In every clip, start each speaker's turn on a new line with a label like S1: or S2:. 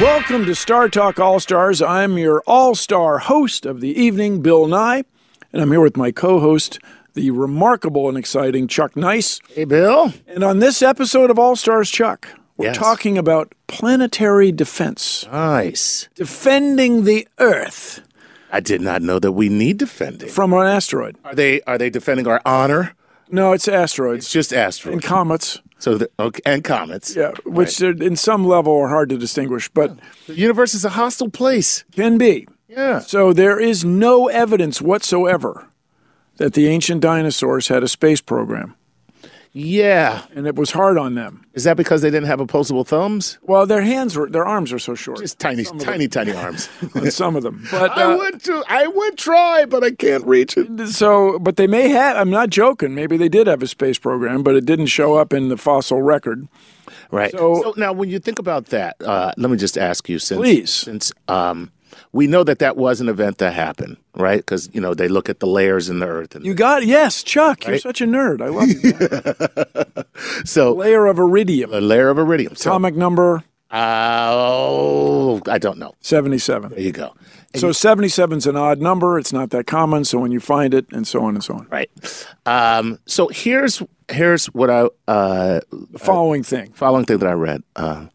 S1: Welcome to Star Talk All Stars. I'm your all star host of the evening, Bill Nye, and I'm here with my co host, the remarkable and exciting Chuck Nice.
S2: Hey, Bill.
S1: And on this episode of All Stars Chuck, we're
S2: Yes. Uh-huh.
S1: talking about planetary defense,
S2: Nice.
S1: defending the Earth
S2: I did not know that we need defending.
S1: from an asteroid.
S2: Are they are they defending our honor?
S1: No, it's asteroids
S2: It's just
S1: and
S2: asteroids.
S1: comets,
S2: so the, okay, and comets.
S1: yeah, which are in some level are hard to distinguish, but
S2: The universe is a hostile place.
S1: can be.
S2: Yeah.
S1: So there is no evidence whatsoever that the ancient dinosaurs had a space program,
S2: Yeah.
S1: and it was hard on them.
S2: Is that because they didn't have opposable thumbs?
S1: Well, their hands were, their arms are so short.
S2: Just tiny, tiny, tiny arms.
S1: on some of them, but
S2: I
S1: uh,
S2: would too. I would try, but I can't reach it.
S1: so, but they may have. I'm not joking. Maybe they did have a space program, but it didn't show up in the fossil record.
S2: Right.
S1: So-
S2: So, now, when you think about that, uh, let me just ask you, since
S1: Please.
S2: since um, we know that that was an event that happened, right? Because you know they look at the layers in the earth, and
S1: You got yes, Chuck. You're such a nerd. I love you.
S2: so
S1: Layer of iridium,
S2: a layer of iridium. So,
S1: atomic number
S2: uh, oh, I don't know.
S1: seventy-seven.
S2: There you go.
S1: So 77's an odd number. It's not that common. So when you find it, and so on and so on.
S2: Right. Um, so here's here's what I uh,
S1: The following thing.
S2: following thing that I read uh,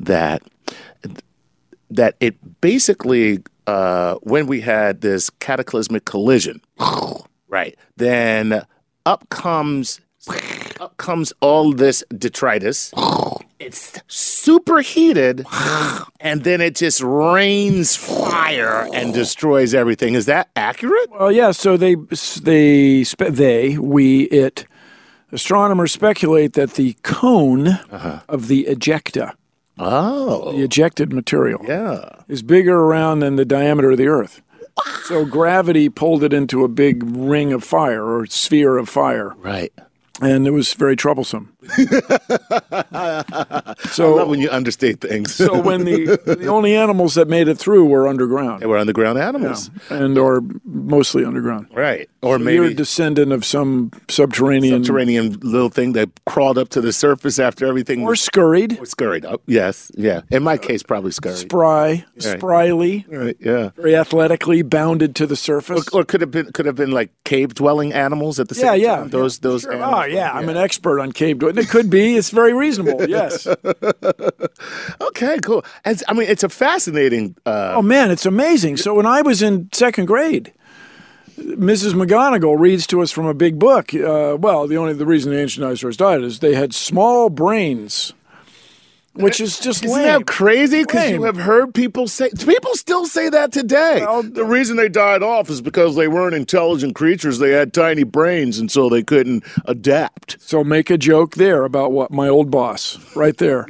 S2: that that it basically uh, when we had this cataclysmic collision, right? Then up comes up comes all this detritus. It's superheated, and then it just rains fire and destroys everything. Is that accurate?
S1: Well, Oh, yeah. So they they spe- they we it astronomers speculate that the cone
S2: Uh-huh.
S1: of the ejecta,
S2: Oh,
S1: the ejected material,
S2: yeah.
S1: is bigger around than the diameter of the Earth. So gravity pulled it into a big ring of fire or sphere of fire,
S2: Right.
S1: and it was very troublesome.
S2: I love
S1: so.
S2: when you understate things.
S1: So when the the only animals that made it through were underground,
S2: they were underground animals,
S1: and or mostly underground.
S2: right?
S1: You're
S2: Or
S1: a
S2: maybe
S1: descendant of some subterranean,
S2: subterranean little thing that crawled up to the surface after everything
S1: or
S2: was
S1: scurried,
S2: scurried up. Yes, yeah. In my case, probably scurried.
S1: spry,
S2: Right.
S1: spryly,
S2: Right, yeah.
S1: very athletically bounded to the surface.
S2: Or could have been could have been like cave dwelling animals at the same
S1: Yeah, yeah.
S2: time. Those those animals.
S1: Oh yeah, I'm an expert on cave dwelling. It could be. It's very reasonable. Yes.
S2: Uh, Okay, cool. As, I mean, it's a fascinating. Uh,
S1: Oh man, it's amazing. So when I was in second grade, Mrs. McGonigal reads to us from a big book. Uh, well, the only the reason the ancient dinosaurs died is they had small brains, which is just
S2: isn't
S1: lame.
S2: that crazy? Because
S1: Lame.
S2: you have heard people say people still say that today.
S1: Well,
S2: the reason they died off is because they weren't intelligent creatures. They had tiny brains, and so they couldn't adapt.
S1: So make a joke there about what my old boss right there.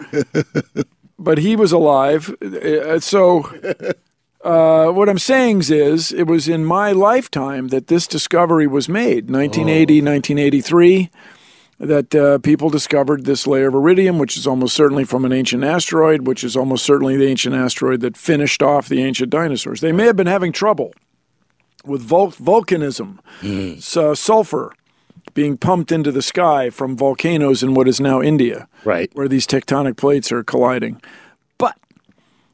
S1: but he was alive. Uh, So uh, what I'm saying is, it was in my lifetime that this discovery was made 1980, 1983. that uh, people discovered this layer of iridium, which is almost certainly from an ancient asteroid, which is almost certainly the ancient asteroid that finished off the ancient dinosaurs. They may have been having trouble with vul- volcanism, so sulfur being pumped into the sky from volcanoes in what is now India,
S2: Right.
S1: where these tectonic plates are colliding. But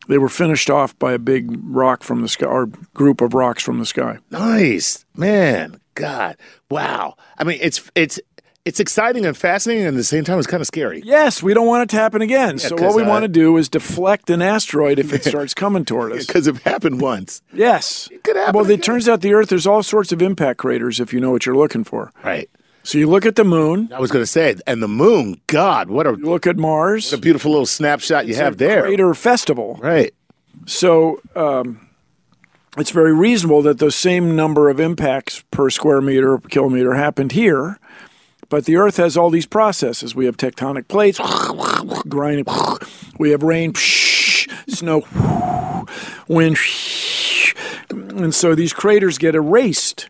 S1: they were finished off by a big rock from the sky, or group of rocks from the sky.
S2: Nice, man. God, wow. I mean, it's it's it's exciting and fascinating, and at the same time, it's kind of scary.
S1: Yes, we don't want it to happen again. so what
S2: 'cause,
S1: we
S2: uh,
S1: want to do is deflect an asteroid if it starts coming toward us.
S2: Because it happened once,
S1: Yes.
S2: could happen
S1: well,
S2: again.
S1: it turns out the Earth, there's all sorts of impact craters if you know what you're looking for.
S2: right?
S1: So you look at the moon,
S2: I was going to say, and the moon. God, what a
S1: you look at Mars,
S2: beautiful little snapshot you have there.
S1: crater festival.
S2: Right.
S1: So um, it's very reasonable that those same number of impacts per square meter or kilometer happened here. But the Earth has all these processes. We have tectonic plates, grinding. We have rain, snow, wind, and so these craters get erased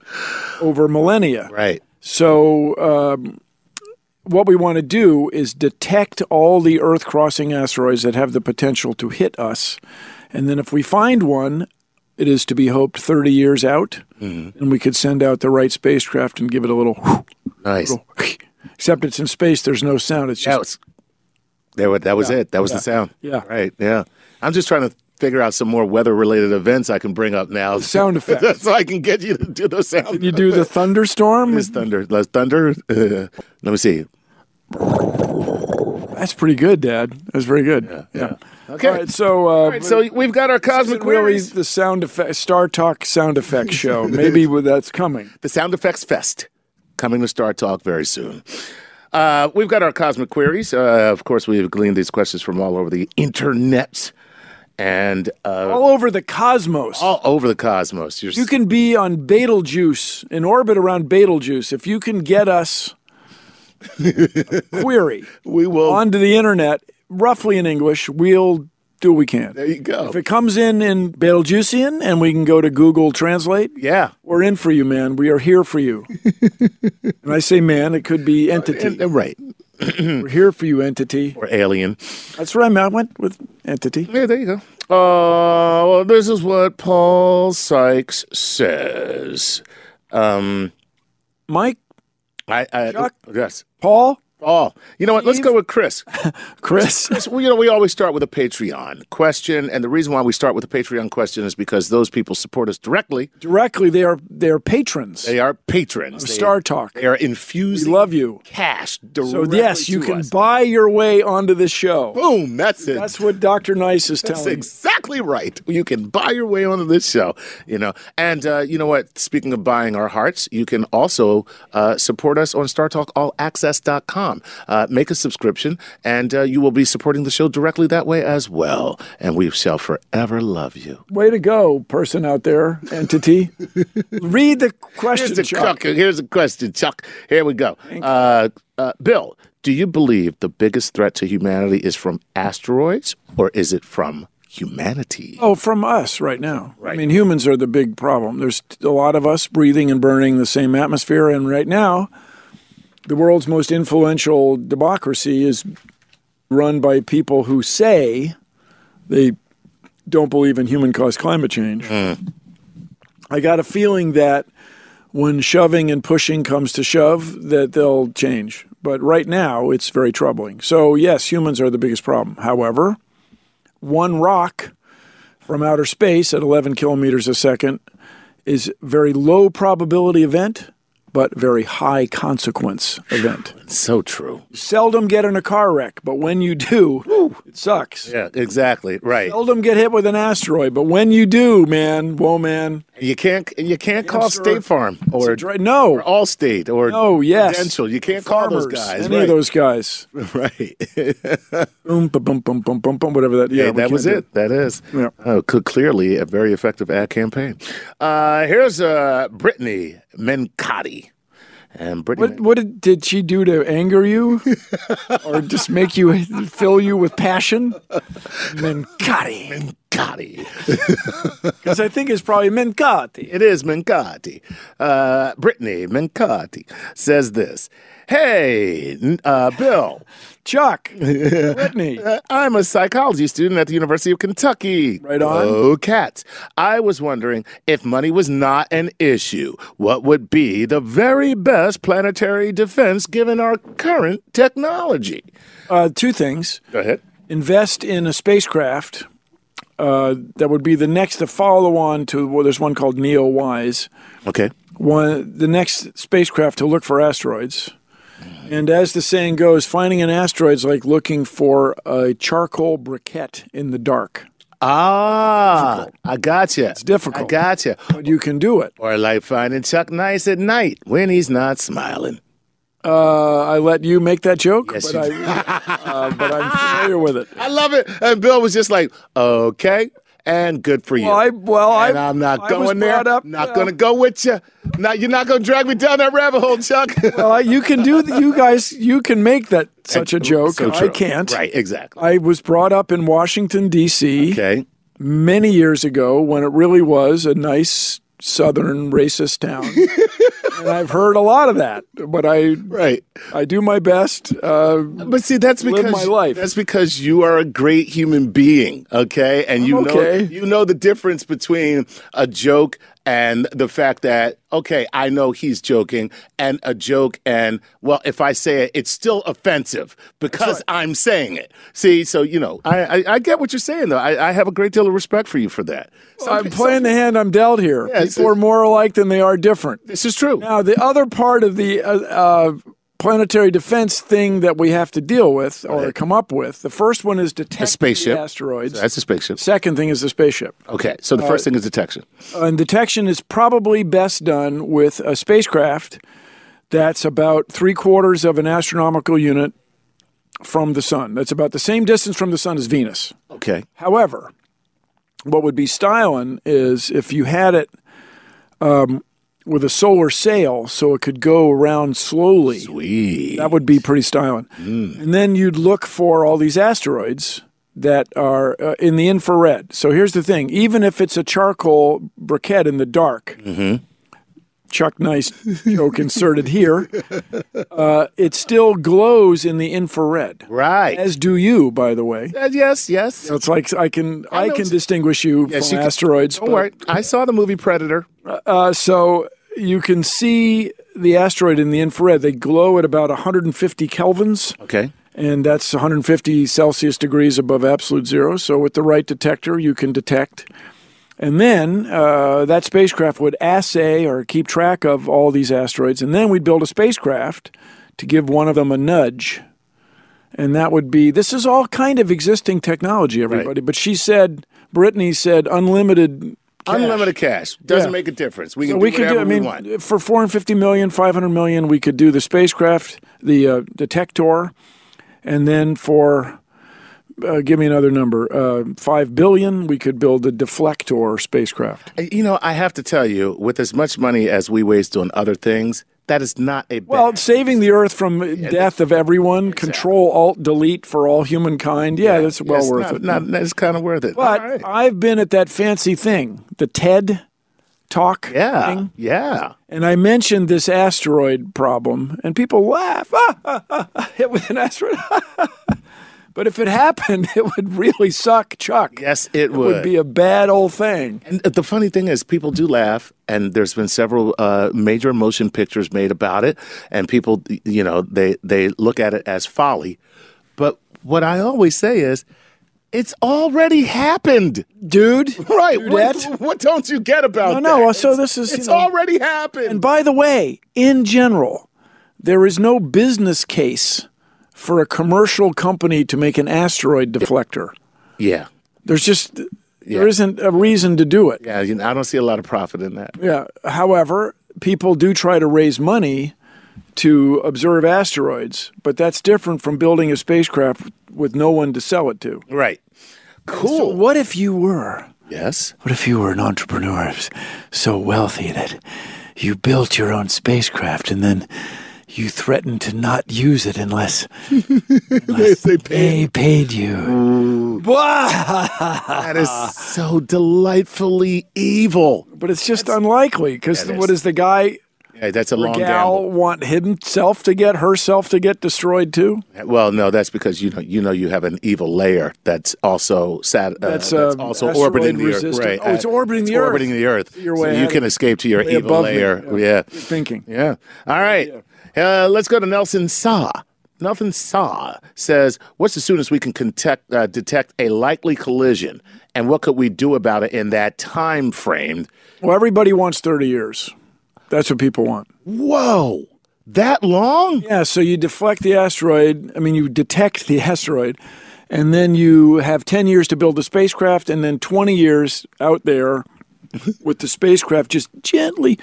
S1: over millennia.
S2: Right.
S1: So, um, what we want to do is detect all the Earth crossing asteroids that have the potential to hit us. And then, if we find one, it is to be hoped 30 years out, and we could send out the right spacecraft and give it a little.
S2: Nice.
S1: Except it's in space, there's no sound. It's
S2: That
S1: just.
S2: was that was, that was it. That was the sound.
S1: Yeah.
S2: Right. Yeah. I'm just trying to figure out some more weather related events I can bring up now.
S1: Sound effects.
S2: so I can get you to do those sound.
S1: You do the thunderstorm?
S2: It's thunder. Let's thunder. Uh, let me see.
S1: That's pretty good, Dad. That's very good. Yeah.
S2: Okay.
S1: All right, so. Uh,
S2: So we've got our
S1: this
S2: cosmic
S1: isn't really
S2: queries.
S1: the sound effect, Star Talk sound effect show. Maybe that's coming.
S2: The sound effects fest coming to Star Talk very soon. Uh, we've got our cosmic queries. Uh, of course, we've gleaned these questions from all over the internet and uh,
S1: all over the cosmos.
S2: all over the cosmos. You're
S1: You can be on Betelgeuse, in orbit around Betelgeuse, if you can get us a query
S2: we will.
S1: onto the internet, roughly in English, we'll do what we
S2: there
S1: can.
S2: you go.
S1: If it comes in in Betelgeusean and we can go to Google Translate,
S2: yeah.
S1: we're in for you, man. We are here for you. and I say man, it could be entity.
S2: And- right.
S1: We're here for you, entity.
S2: Or alien.
S1: That's what I meant. I went with entity.
S2: Yeah, there you go. Uh, well, this is what Paul Sykes says. Um,
S1: Mike,
S2: I, I
S1: Chuck?
S2: yes.
S1: Paul,
S2: Paul. You know what? Let's go with Chris.
S1: Chris.
S2: Yes, well, you know, we always start with a Patreon question, and the reason why we start with a Patreon question is because those people support us directly.
S1: Directly, they are they are patrons.
S2: They are patrons. They,
S1: Star Talk.
S2: they are infused
S1: We love you.
S2: cash
S1: So
S2: directly.
S1: yes, you
S2: to
S1: can
S2: us.
S1: buy your way onto the show.
S2: Boom! That's it.
S1: That's what Dr. Nice is
S2: That's
S1: telling.
S2: exactly right. You can buy your way onto this show, you know. And uh, you know what? Speaking of buying our hearts, you can also uh, support us on StarTalkAllAccess.com. Uh, make a subscription, and uh, you will be supporting the show directly that way as well. And we shall forever love you.
S1: Way to go, person out there, entity. Read the question,
S2: Here's a,
S1: Chuck.
S2: Chuck. Here's a question, Chuck. Here we go. Uh, uh, Bill, do you believe the biggest threat to humanity is from asteroids, or is it from humanity?
S1: Oh, from us right now. I
S2: Right.
S1: mean, humans are the big problem. There's a lot of us breathing and burning the same atmosphere, and right now, the world's most influential democracy is run by people who say they don't believe in human caused climate change. I got a feeling that when shoving and pushing comes to shove, that they'll change. But right now, it's very troubling. So, yes, humans are the biggest problem. However, one rock from outer space at 11 kilometers a second is very low probability event, but very high consequence event.
S2: So true.
S1: Seldom get in a car wreck, but when you do, it sucks.
S2: Yeah, exactly. Right.
S1: Seldom get hit with an asteroid, but when you do, man, whoa, man,
S2: You can't you can't call
S1: sir.
S2: State Farm or,
S1: Dr- no,
S2: or Allstate or
S1: No, yes.
S2: Prudential. You can't call those
S1: farmers,
S2: guys.
S1: any
S2: right.
S1: of those guys,
S2: right.
S1: boom, ba- boom, boom, boom, boom, boom, whatever that. Yeah,
S2: Hey,
S1: we
S2: that
S1: can't
S2: was
S1: do
S2: it. That is.
S1: Yeah.
S2: Oh, c- clearly a very effective ad campaign. Uh, here's uh, Brittany Mencotti. And Brittany
S1: What, what did, did she do to anger you, or just make you fill you with passion? Mencotti.
S2: Minkati.
S1: Because I think it's probably Minkati.
S2: It is Minkati. Uh, Brittany Minkati says this. Hey, n- uh, Bill,
S1: Chuck. Whitney.
S2: uh, I'm a psychology student at the University of Kentucky.
S1: Right on.
S2: Oh, cats. I was wondering if money was not an issue, what would be the very best planetary defense given our current technology?
S1: Uh, two things.
S2: Go ahead.
S1: invest in a spacecraft uh, that would be the next to follow on to well, there's one called NEOWISE,
S2: Okay.
S1: one the next spacecraft to look for asteroids. And as the saying goes, finding an asteroid is like looking for a charcoal briquette in the dark.
S2: Ah, I gotcha. It's
S1: difficult.
S2: I gotcha.
S1: But you can do it.
S2: Or like finding Chuck Nice at night when he's not smiling.
S1: Uh, I let you make that joke,
S2: Yes,
S1: but,
S2: you-
S1: I, uh, but I'm familiar with it.
S2: I love it. And Bill was just like, okay, and good for you.
S1: Well, I, well,
S2: and
S1: I,
S2: I'm not
S1: I was
S2: going there.
S1: brought up-
S2: not going to go with you. Not, you're not going to drag me down that rabbit hole, Chuck.
S1: Well, I- you can do. th- You guys, you can make that such a joke.
S2: oh, So
S1: I
S2: true.
S1: can't.
S2: Right, exactly.
S1: I was brought up in Washington, D.C.
S2: okay.
S1: many years ago when it really was a nice southern racist town. and I've heard a lot of that, but I,
S2: Right.
S1: I do my best. Uh,
S2: But see, that's
S1: Live
S2: because
S1: my life.
S2: that's because you are a great human being, okay? And you
S1: okay.
S2: know you know the difference between a joke and the fact that okay, I know he's joking, and a joke, and well, if I say it, it's still offensive because I'm saying it. See, so you know, I I, I get what you're saying though. I, I have a great deal of respect for you for that. So
S1: I'm playing the hand I'm dealt here.
S2: Yes,
S1: People are more alike than they are different.
S2: this is true.
S1: Now, the other part of the uh, uh, planetary defense thing that we have to deal with or come up with, the first one is detect the
S2: spaceship.
S1: asteroids.
S2: That's a spaceship.
S1: Second thing is the spaceship.
S2: Okay, so the first thing is detection.
S1: and detection is probably best done with a spacecraft that's about three quarters of an astronomical unit from the sun. That's about the same distance from the sun as Venus.
S2: Okay,
S1: However, what would be styling is if you had it um, with a solar sail so it could go around slowly.
S2: we
S1: That would be pretty styling. And then you'd look for all these asteroids that are uh, in the infrared. So here's the thing even if it's a charcoal briquette in the dark, Chuck Nice joke inserted here, uh, it still glows in the infrared.
S2: right.
S1: As do you, by the way.
S2: Uh, yes, yes.
S1: It's like I can I,
S2: know
S1: can
S2: it's-
S1: distinguish you
S2: Yes,
S1: from
S2: you can-
S1: asteroids.
S2: Don't
S1: but-
S2: worry. I saw the movie Predator.
S1: Uh, so you can see the asteroid in the infrared. They glow at about 150 kelvins.
S2: Okay.
S1: and that's 150 Celsius degrees above absolute zero. So, with the right detector, you can detect. And then uh, that spacecraft would assay or keep track of all these asteroids. And then we'd build a spacecraft to give one of them a nudge. And that would be this is all kind of existing technology, everybody. But she said, Brittany said, unlimited. cash.
S2: Unlimited cash doesn't
S1: Yeah.
S2: make a difference. We
S1: So
S2: can do
S1: we could
S2: whatever
S1: do. I mean,
S2: we want.
S1: for 450 million, 500 million, we could do the spacecraft, the uh, detector, and then for uh, give me another number, uh, five billion, we could build a deflector spacecraft.
S2: You know, I have to tell you, with as much money as we waste on other things, that is not a bad.
S1: Well, saving the Earth from death of everyone, Control Alt Delete for all humankind. Yeah, that's well
S2: it's
S1: worth
S2: not-
S1: it.
S2: Not, that's kind of worth it.
S1: but
S2: All right.
S1: I've been at that fancy thing, the TED talk
S2: yeah,
S1: thing.
S2: yeah.
S1: And I mentioned this asteroid problem, and people laugh. Ah, ah, ah, ah, hit with an asteroid. but if it happened, it would really suck, Chuck.
S2: Yes, it,
S1: It would be a bad old thing.
S2: And the funny thing is, people do laugh, and there's been several uh, major motion pictures made about it, and people, you know, they they look at it as folly. But what I always say is, it's already happened, dude. Right?
S1: Dudette.
S2: What, what don't you get about
S1: No,
S2: that?
S1: no, well, so
S2: It's-
S1: this is, you
S2: it's
S1: know-
S2: already happened.
S1: And by the way, in general, there is no business case for a commercial company to make an asteroid deflector.
S2: yeah,
S1: There's just
S2: Yeah.
S1: there isn't a reason to do it.
S2: yeah. You know, I don't see a lot of profit in that.
S1: Yeah. However, people do try to raise money to observe asteroids, but that's different from building a spacecraft with no one to sell it to.
S2: Right? Cool.
S1: So what if you were?
S2: yes.
S1: What if you were an entrepreneur so wealthy that you built your own spacecraft and then you threatened to not use it unless, unless they, paid. you?
S2: That is
S1: Uh-huh.
S2: so delightfully evil.
S1: But it's just unlikely because
S2: Yeah, it
S1: what
S2: is.
S1: does the guy
S2: Yeah, that's a long
S1: gal
S2: gamble.
S1: want himself to get herself to get destroyed too?
S2: Well, no, that's because you know you know you have an evil layer that's also sat. Uh, that's,
S1: That's, um,
S2: also
S1: asteroid
S2: orbiting the Earth.
S1: resistant.
S2: Right.
S1: Oh, it's
S2: uh,
S1: orbiting
S2: it's
S1: the Earth.
S2: Orbiting the Earth.
S1: You're
S2: so
S1: way
S2: you
S1: ahead
S2: can
S1: of-
S2: escape to your
S1: way
S2: evil
S1: above me.
S2: layer. yeah.
S1: Thinking.
S2: Yeah. All right. Uh, let's go to Nelson Saw. Nelson Saw says, "What's the soonest we can contact, uh, detect a likely collision, and what could we do about it in that time frame?"
S1: Well, everybody wants 30 years. That's what people want.
S2: Whoa, that long?
S1: Yeah, so you deflect the asteroid. I mean, you detect the asteroid, and then you have 10 years to build the spacecraft, and then 20 years out there with the spacecraft just gently,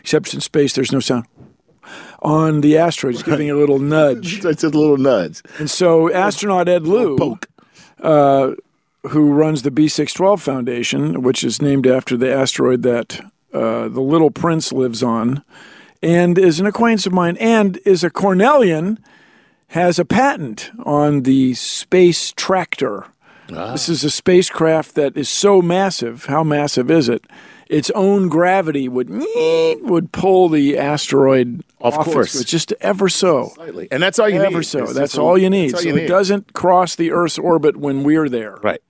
S1: except in space, there's no sound, on the asteroid, just giving it a little nudge.
S2: That's a little nuts.
S1: And so, astronaut Ed Liu, uh,
S2: Poke.
S1: who runs the B612 Foundation, which is named after the asteroid that uh, the Little Prince lives on, and is an acquaintance of mine, and is a Cornellian, has a patent on the space tractor.
S2: Ah.
S1: This is a spacecraft that is so massive. How massive is it? Its own gravity would would pull the asteroid
S2: Of
S1: off its-
S2: course.
S1: just ever so.
S2: Slightly. And that's all you
S1: Ever
S2: need.
S1: so.
S2: It's just
S1: That's
S2: a-
S1: all you need.
S2: That's all
S1: so
S2: you
S1: it
S2: need.
S1: doesn't cross the Earth's orbit when we're there
S2: Right.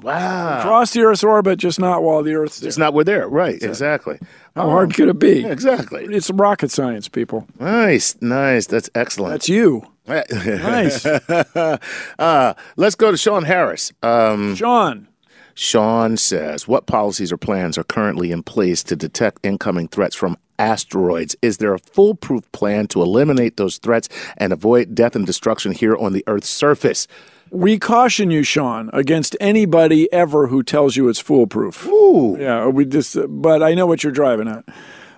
S2: Wow.
S1: cross the Earth's orbit, just not while the Earth's there.
S2: It's not we're there. Right. Exactly.
S1: How hard could it be?
S2: Exactly.
S1: It's rocket science, people.
S2: Nice. Nice. That's excellent.
S1: That's you.
S2: nice.
S1: Nice.
S2: uh, let's go to Sean Harris. Um,
S1: Sean,
S2: Sean says, What policies or plans are currently in place to detect incoming threats from asteroids? Is there a foolproof plan to eliminate those threats and avoid death and destruction here on the Earth's surface?
S1: we caution you, Sean, against anybody ever who tells you it's foolproof.
S2: Ooh.
S1: Yeah, we just. But I know what you're driving at.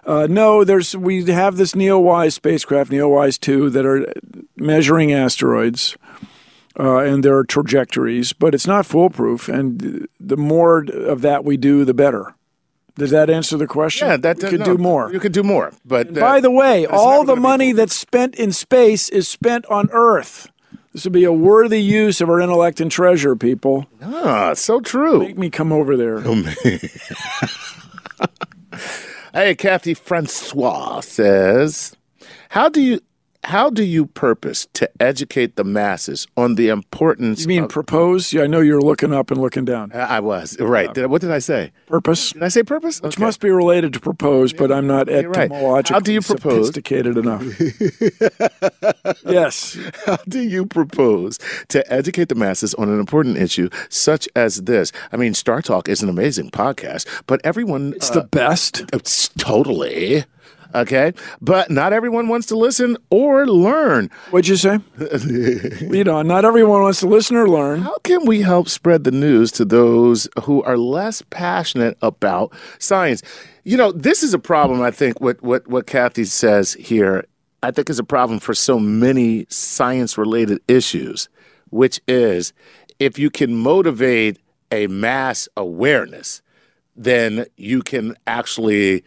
S1: Uh, no, there's we have this NEOWISE spacecraft, NEOWISE two, that are measuring asteroids uh, and their trajectories, but it's not foolproof. And the more of that we do, the better. Does that answer the question?
S2: Yeah, that
S1: we could
S2: no,
S1: do more.
S2: You could do more. But uh,
S1: By the way,
S2: never
S1: all the
S2: gonna be
S1: money that's spent in space is spent on Earth. This would be a worthy use of our intellect and treasure, people.
S2: ah, so true.
S1: Make me come over there.
S2: Hey, Kathy Francois says, How do you. How do you purpose to educate the masses on the importance?
S1: You mean propose? Yeah, I know you're looking up and looking down.
S2: I I was
S1: Uh,
S2: right. Did I, what did I say?
S1: Purpose,
S2: Did I say purpose?
S1: which must be related to propose, but I'm not
S2: right.
S1: etymologically
S2: How do you propose?
S1: sophisticated enough. yes.
S2: How do you propose to educate the masses on an important issue such as this? I mean, Star Talk is an amazing podcast, but everyone
S1: It's the best.
S2: it's totally okay, but not everyone wants to listen or learn.
S1: What'd you say? Lead on. Not everyone wants to listen or learn.
S2: How can we help spread the news to those who are less passionate about science? You know, this is a problem, I think, what, what, what Kathy says here, I think is a problem for so many science related issues, which is if you can motivate a mass awareness, then you can actually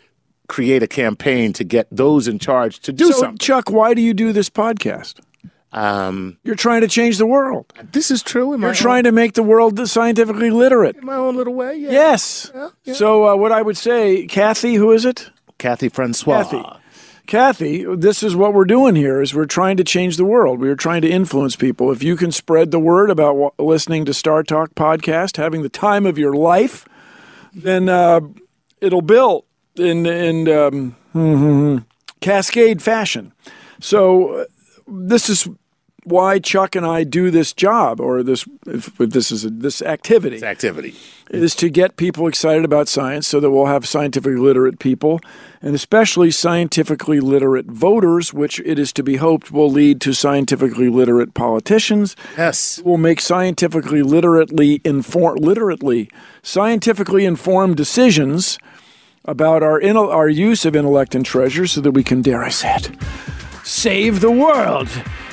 S2: create a campaign to get those in charge to do
S1: so,
S2: something.
S1: Chuck, why do you do this podcast?
S2: Um,
S1: You're trying to change the world.
S2: this is true. In my
S1: You're trying to make the world scientifically literate.
S2: own, my own little way. Yeah.
S1: Yes. So uh, what I would say, Kathy, who is it?
S2: Kathy Francois.
S1: Kathy. Kathy, this is what we're doing here is we're trying to change the world. We are trying to influence people. If you can spread the word about wa- listening to Star Talk podcast, having the time of your life, then uh, it'll build in in um, cascade fashion. So uh, this is why Chuck and I do this job or this if, if this is a, this activity.
S2: activity.
S1: is to get people excited about science so that we'll have scientifically literate people and especially scientifically literate voters, which it is to be hoped will lead to scientifically literate politicians
S2: Yes.
S1: will make scientifically literately inform literately scientifically informed decisions about our intel- our use of intellect and treasure so that we can dare I say it save the world.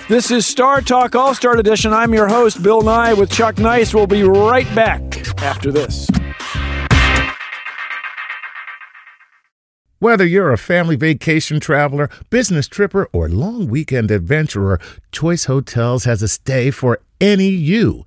S1: This is Star Talk All Star Edition. I'm your host Bill Nye with Chuck Nice. We'll be right back after this.
S2: Whether you're a family vacation traveler, business tripper, or long weekend adventurer, Choice Hotels has a stay for any you.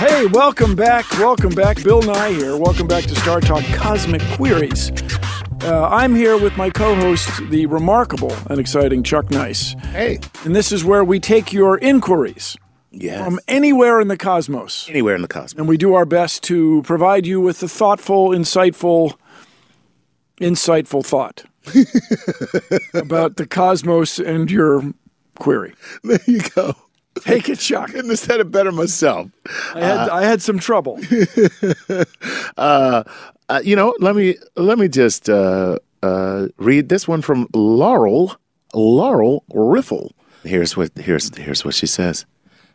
S1: Hey, welcome back. Welcome back. Bill Nye here. Welcome back to Star Talk Cosmic Queries. Uh, I'm here with my co host, the remarkable and exciting Chuck Nice.
S2: Hey,
S1: And this is where we take your inquiries
S2: yes.
S1: from anywhere in the cosmos.
S2: Anywhere in the cosmos.
S1: and we do our best to provide you with the thoughtful, insightful, insightful thought about the cosmos and your query.
S2: There you go.
S1: Take it, Chuck.
S2: Couldn't have said it better myself.
S1: I had, I had some trouble.
S2: Uh, uh, you know, let me let me just uh, uh, read this one from Laurel Laurel Riffle. Here's what here's here's what she says.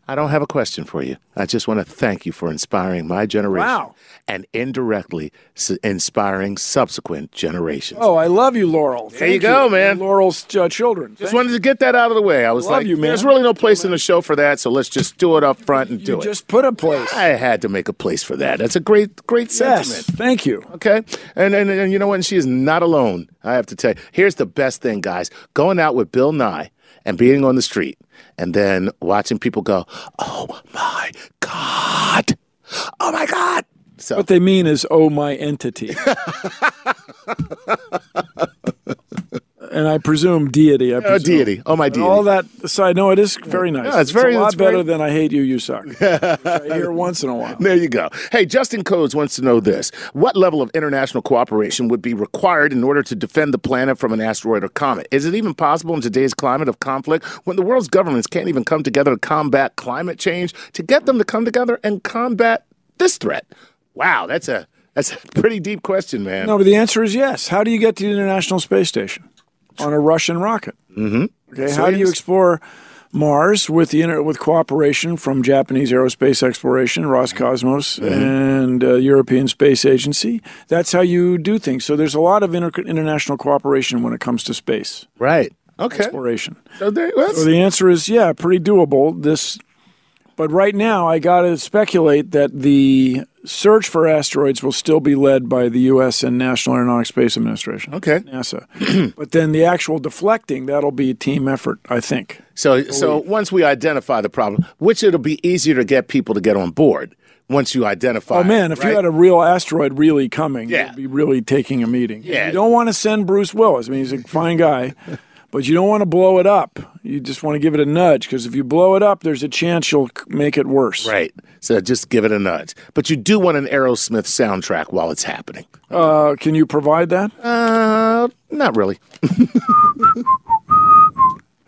S2: I don't have a question for you. I just want to thank you for inspiring my generation
S1: Wow.
S2: and indirectly s- inspiring subsequent generations.
S1: Oh, I love you, Laurel. There
S2: you go, man.
S1: Laurel's uh, children.
S2: just wanted to get that out of the way. I was
S1: Love
S2: like,
S1: you, man.
S2: there's really no place in the show for that, so let's just do it up front and do
S1: you
S2: it. Ah,
S1: just put a place.
S2: I had to make a place for that. That's a great great sentiment.
S1: Yes. Thank you.
S2: Okay. And, and and you know what? And she is not alone. I have to tell you. Here's the best thing, guys. Going out with Bill Nye and being on the street and then watching people go, Oh my God. Oh my God. So
S1: What they mean is, oh, my entity. and I presume deity. I
S2: oh,
S1: presume.
S2: deity. Oh my
S1: And all
S2: deity.
S1: that aside, no, it is very nice.
S2: it's very-
S1: a lot
S2: it's very-
S1: better than I hate you, you suck. which I hear once in a while.
S2: There you go. Hey, Justin Codes wants to know this. What level of international cooperation would be required in order to defend the planet from an asteroid or comet? Is it even possible in today's climate of conflict when the world's governments can't even come together to combat climate change to get them to come together and combat this threat? Wow, that's a that's a pretty deep question, man.
S1: No, but the answer is yes. How do you get to the International Space Station on a Russian rocket? Mm-hmm. Okay, how do you explore Mars with the inter- with cooperation from Japanese Aerospace Exploration,
S2: Mm-hmm.
S1: Roscosmos, and uh, European Space Agency? That's how you do things. So there's a lot of inter- international cooperation when it comes to space
S2: Right. Okay.
S1: exploration.
S2: So there, that's-
S1: So the answer is yeah, pretty doable. This, but right now I gotta speculate that the search for asteroids will still be led by the U.S. and National Aeronautics Space Administration,
S2: okay.
S1: NASA. but then the actual deflecting that'll be a team effort, I think.
S2: So, so once we identify the problem, which it'll be easier to get people to get on board once you identify.
S1: Oh man, if you had a real asteroid really coming,
S2: Yeah.
S1: you'd be really taking a meeting.
S2: Yeah.
S1: You don't want to send Bruce Willis. I mean, he's a fine guy, but you don't want to blow it up. You just want to give it a nudge because if you blow it up, there's a chance you'll c- make it worse.
S2: Right. So just give it a nudge. But you do want an Aerosmith soundtrack while it's happening.
S1: Uh, can Uh, you provide that?
S2: Uh, not really.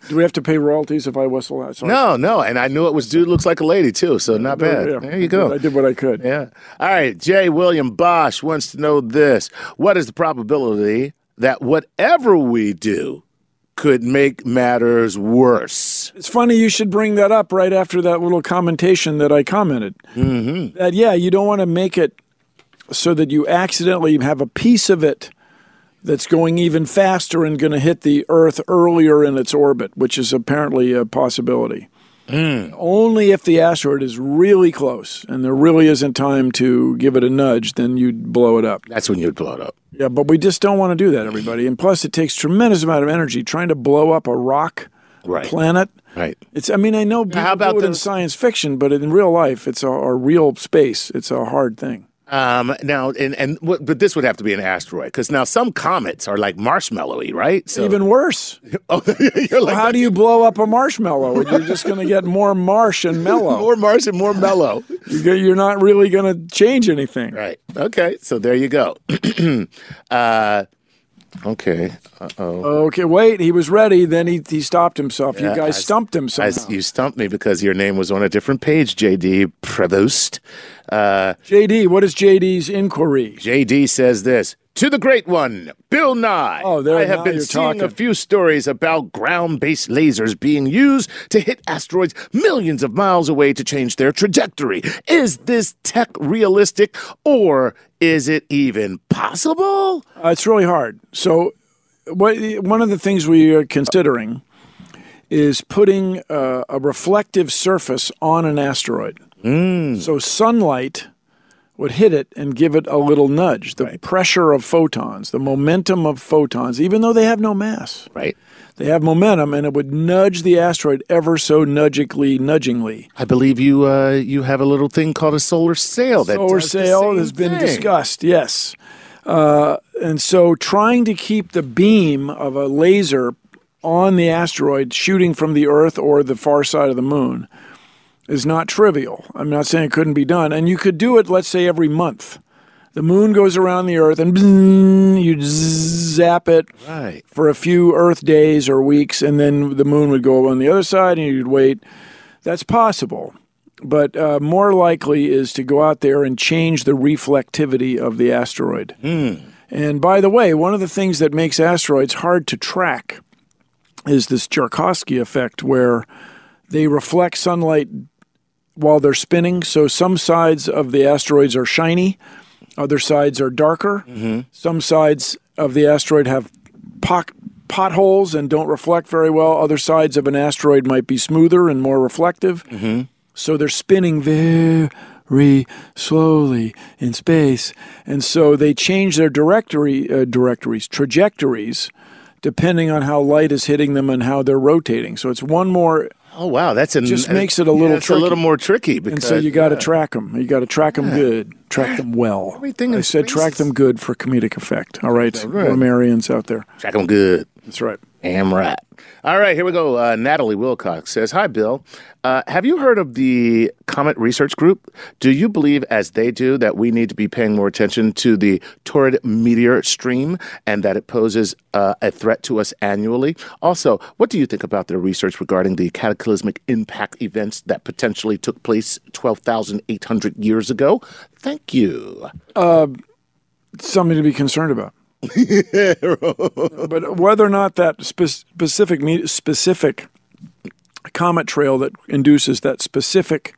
S1: Do we have to pay royalties if I whistle that? song?
S2: No, no, and I knew it was dude looks like a lady too, so not bad.
S1: Yeah.
S2: There you go.
S1: I did what I could.
S2: Yeah. All right. Jay William Bosch wants to know this: What is the probability that whatever we do could make matters worse?
S1: It's funny you should bring that up right after that little commentation that I commented. Mm-hmm. That, yeah, you don't want to make it so that you accidentally have a piece of it that's going even faster and going to hit the Earth earlier in its orbit, which is apparently a possibility. Only if the asteroid is really close and there really isn't time to give it a nudge, then you'd blow it up.
S2: That's when you'd blow it up.
S1: Yeah, but we just don't want to do that, everybody. And plus, it takes tremendous amount of energy trying to blow up a rock
S2: Right.
S1: planet.
S2: Right.
S1: It's. I mean, I know people
S2: how about
S1: do it in
S2: those-
S1: science fiction, but in real life, it's a, a real space. It's a hard thing.
S2: Um, now, and and what, but this would have to be an asteroid because now some comets are like marshmallowy, right? So
S1: Even worse.
S2: oh, you're like
S1: How do you blow up a marshmallow? You're just going to get more marsh and mellow.
S2: more Mars and more mellow.
S1: You're you're not really going to change anything.
S2: Right. Okay. So there you go. uh, okay.
S1: Okay, wait. He was ready. Then he, he stopped himself.
S2: Yeah,
S1: you guys
S2: I s-
S1: stumped him
S2: I,
S1: somehow.
S2: s- you stumped me because your name was on a different page, JD Prevost. Uh,
S1: JD, what is JD's inquiry?
S2: JD says this to the great one, Bill Nye.
S1: Oh, there-
S2: I have
S1: now
S2: been
S1: you're
S2: seeing a
S1: talking.
S2: few stories about ground-based lasers being used to hit asteroids millions of miles away to change their trajectory. Is this tech realistic, or is it even possible?
S1: Uh, it's really hard. So, what, one of the things we are considering is putting uh, a reflective surface on an asteroid. So, sunlight would hit it and give it a little nudge. The pressure of photons, the momentum of photons, even though they have no mass,
S2: Right.
S1: they have momentum and it would nudge the asteroid ever so nudgingly, nudgingly.
S2: I believe you uh, you have a little thing called a solar sail. That
S1: solar
S2: does the
S1: sail
S2: same
S1: has been
S2: thing.
S1: discussed. Yes, uh, and so trying to keep the beam of a laser on the asteroid shooting from the Earth or the far side of the moon is not trivial. I'm not saying it couldn't be done, and you could do it. Let's say every month, the moon goes around the Earth, and bzzz, you zap it
S2: Right.
S1: for a few Earth days or weeks, and then the moon would go on the other side, and you'd wait. That's possible, but uh, more likely is to go out there and change the reflectivity of the asteroid. And by the way, one of the things that makes asteroids hard to track is this Jarkovsky effect, where they reflect sunlight while they're spinning. So some sides of the asteroids are shiny, other sides are darker. Some sides of the asteroid have pot, potholes and don't reflect very well. Other sides of an asteroid might be smoother and more reflective. So they're spinning very slowly in space, and so they change their directory uh, directories trajectories depending on how light is hitting them and how they're rotating. So it's one more
S2: Oh wow, that's an,
S1: Just
S2: uh,
S1: makes it a
S2: yeah,
S1: little
S2: it's a little
S1: tricky.
S2: more tricky because
S1: and so you got to 'em. track them. You got to track them good, track them well.
S2: Everything
S1: I
S2: in
S1: said track
S2: space
S1: them good for comedic effect. All right,
S2: right.
S1: Romarians out there.
S2: track them good.
S1: That's right.
S2: Am right. All right, here we go. Uh, Natalie Wilcox says, "Hi, Bill. Uh, have you heard of the Comet Research Group? Do you believe, as they do, that we need to be paying more attention to the torrid meteor stream and that it poses uh, a threat to us annually? Also, what do you think about their research regarding the cataclysmic impact events that potentially took place twelve thousand eight hundred years ago? Thank you."
S1: something to be concerned about. but whether or not that spe- specific me- specific comet trail that induces that specific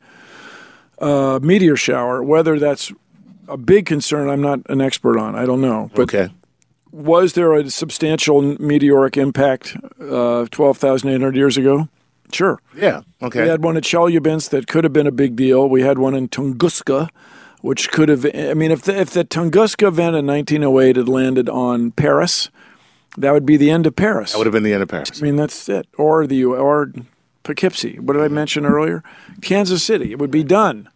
S1: uh, meteor shower, whether that's a big concern, I'm not an expert on. I don't know. But
S2: Okay.
S1: was there a substantial meteoric impact uh, 12,800 years ago? Sure.
S2: Yeah. Okay.
S1: We had one at Chelyabinsk that could have been a big deal. We had one in Tunguska, which could have. I mean, if the, if the Tunguska event in 1908 had landed on Paris, that would be the end of Paris.
S2: That would have been the end of Paris.
S1: I mean, that's it. Or the or Poughkeepsie. What did I mention earlier? Kansas City. It would be done.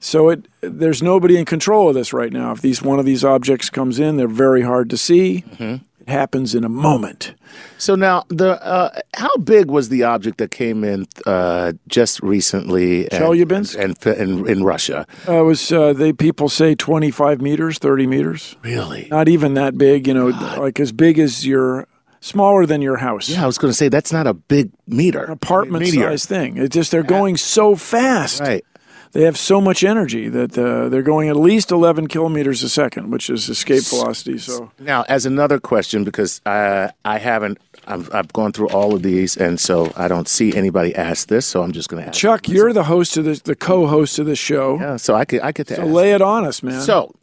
S1: So it there's nobody in control of this right now. If these one of these objects comes in, they're very hard to see.
S2: Mm-hmm.
S1: It happens in a moment.
S2: So now, the uh, how big was the object that came in uh, just recently? and-
S1: Chelyabinsk?
S2: and, and, in, in Russia.
S1: Uh, it was uh, they people say 25 meters, 30 meters.
S2: Really?
S1: not even that big, you know, like as big as your smaller than your house.
S2: Yeah, I was going to say that's not a big meter.
S1: An apartment
S2: meteor.
S1: sized thing. It's just they're going so fast.
S2: Right.
S1: They have so much energy that uh, they're going at least 11 kilometers a second, which is escape velocity. So
S2: Now, as another question, because I I haven't I've, I've gone through all of these, and so I don't see anybody ask this, so I'm just going to ask.
S1: Chuck, you're the host of this, the co-host of this show.
S2: Yeah, so I could I get to
S1: So
S2: ask.
S1: lay it on us, man.
S2: So,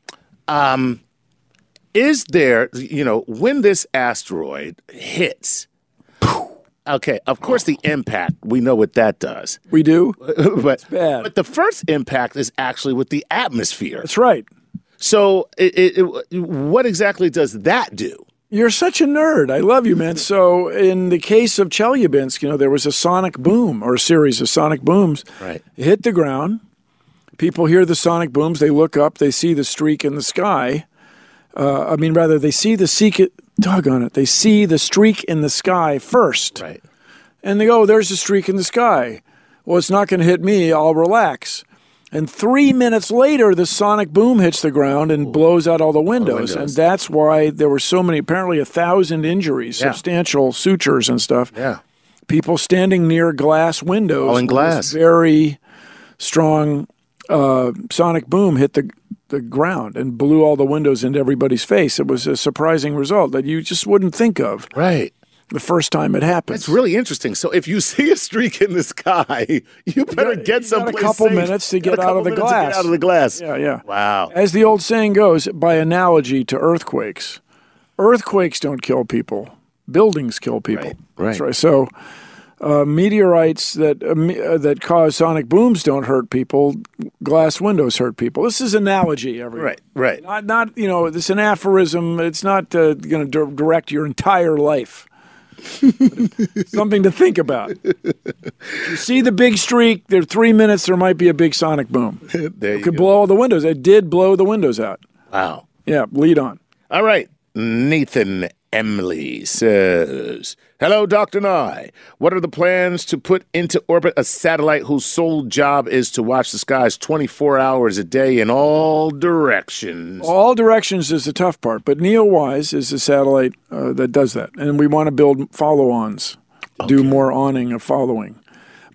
S2: um, is there, you know, when this asteroid hits, okay, of course, the impact, we know what that does.
S1: we do.
S2: but,
S1: bad.
S2: but the first impact is actually with the atmosphere.
S1: That's right.
S2: So, it, it, it, what exactly does that do?
S1: You're such a nerd. I love you, man. So, in the case of Chelyabinsk, you know, there was a sonic boom or a series of sonic booms.
S2: Right.
S1: It hit the ground. People hear the sonic booms. They look up. They see the streak in the sky. Uh, I mean, rather, they see the seek it. Doggone it. They see the streak in the sky first.
S2: Right.
S1: And they go, oh, there's a streak in the sky. Well, it's not going to hit me. I'll relax. And three minutes later, the sonic boom hits the ground and blows out all the windows. And that's why there were so many, apparently a thousand injuries,
S2: Yeah.
S1: substantial sutures and stuff.
S2: Yeah.
S1: People standing near glass windows.
S2: All in
S1: when this
S2: glass.
S1: Very strong uh, sonic boom hit the, the ground and blew all the windows into everybody's face. It was a surprising result that you just wouldn't think of
S2: Right.
S1: the first time it happened.
S2: It's really interesting. So if you see a streak in the sky, you better
S1: got- you
S2: get
S1: got a
S2: someplace
S1: couple
S2: safe.
S1: minutes to
S2: You got
S1: get
S2: a
S1: out
S2: couple
S1: of the
S2: minutes to
S1: glass.
S2: Get out of the glass.
S1: Yeah, yeah.
S2: Wow.
S1: As the old saying goes, by analogy to earthquakes, earthquakes don't kill people, buildings kill people. Right. That's
S2: right.
S1: right. So, uh, meteorites that uh, me- uh, that cause sonic booms don't hurt people. Glass windows hurt people. This is analogy, everyone.
S2: Right. Right.
S1: Not, not you know, it's an aphorism. It's not uh, going to di- direct your entire life. Something to think about. If you see the big streak, there three minutes, there might be a big sonic boom.
S2: There you
S1: Could
S2: go.
S1: blow all the windows. It did blow the windows out.
S2: Wow.
S1: Yeah, lead on.
S2: All right. Nathan Emily says, Hello, Dr. Nye. What are the plans to put into orbit a satellite whose sole job is to watch the skies 24 hours a day in all directions?
S1: All directions is the tough part, but NEOWISE is the satellite uh, that does that, and we want to build follow-ons, do more awning of following.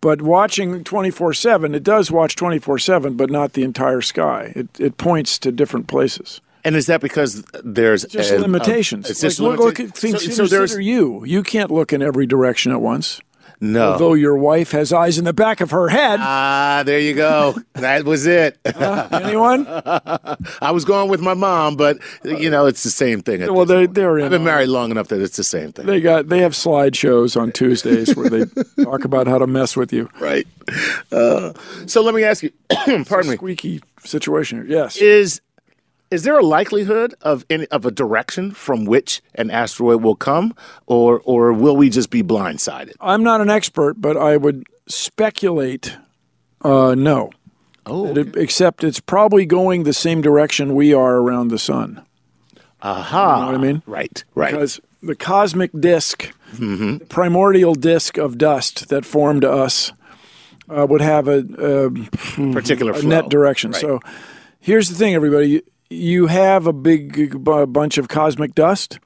S1: But watching 24/7, it does watch 24/7, but not the entire sky. It, it points to different places. um,
S2: And is that because there's
S1: Just
S2: a-
S1: limitations.
S2: a- it's just
S1: Like, look, look
S2: limita-
S1: at things.
S2: So, so there's
S1: consider you. You can't look in every direction at once.
S2: no.
S1: Although your wife has eyes in the back of her head.
S2: Ah, there you go. that was it.
S1: Anyone?
S2: I was going with my mom, but you know, it's the same thing. at
S1: Well,
S2: this
S1: they
S2: point.
S1: they're in.
S2: I've been
S1: on it.
S2: married long enough that it's the same thing.
S1: They got they have slideshows on Tuesdays where they talk about how to mess with you.
S2: right. Uh, so let me ask you, pardon me.
S1: Squeaky situation. here. Yes.
S2: is is there a likelihood of any of a direction from which an asteroid will come or or will we just be blindsided
S1: I'm not an expert, but I would speculate uh, no.
S2: oh
S1: That it- except it's probably going the same direction we are around the sun.
S2: aha
S1: know what I mean?
S2: right right Mm-hmm.
S1: Because the cosmic disk, the primordial disk of dust that formed us, uh, would have a, a
S2: particular
S1: a
S2: flow.
S1: net direction.
S2: Right.
S1: So here's the thing, everybody. You, you have a big b- bunch of cosmic dust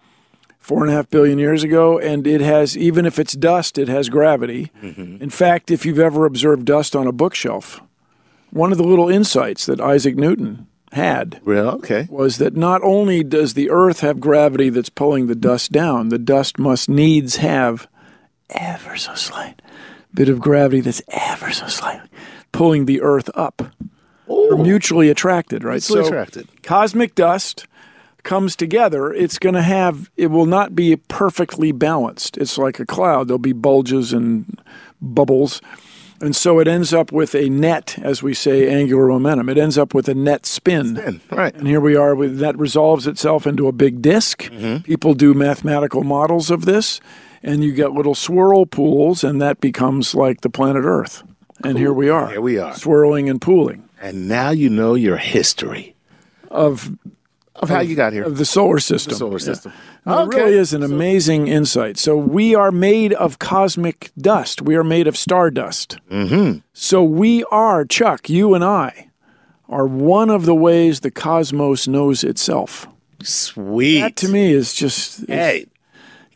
S1: four and a half billion years ago, and it has, even if it's dust, it has gravity.
S2: Mm-hmm.
S1: In fact, if you've ever observed dust on a bookshelf, one of the little insights that Isaac Newton had
S2: Well, okay
S1: was that not only does the earth have gravity that's pulling the dust down, the dust must needs have ever so slight bit of gravity that's ever so slight pulling the earth up. They're mutually attracted, right?
S2: Oh. Mutually attracted.
S1: Cosmic dust comes together, it's going to have it will not be perfectly balanced. It's like a cloud, there'll be bulges and bubbles. And so it ends up with a net, as we say, angular momentum. It ends up with a net spin.
S2: Then, right
S1: And here we are with that resolves itself into a big disk.
S2: Mm-hmm.
S1: People do mathematical models of this, and you get little swirl pools, and that becomes like the planet Earth. And here we are.
S2: Here we are.
S1: Swirling and pooling
S2: and now you know your history
S1: of,
S2: of how you got here
S1: of the solar system.
S2: the solar system
S1: It really is an amazing insight. So we are made of cosmic dust. We are made of stardust. Mm-hmm. So we are, Chuck, you and I, are one of the ways the cosmos knows itself.
S2: sweet
S1: That to me is just is
S2: hey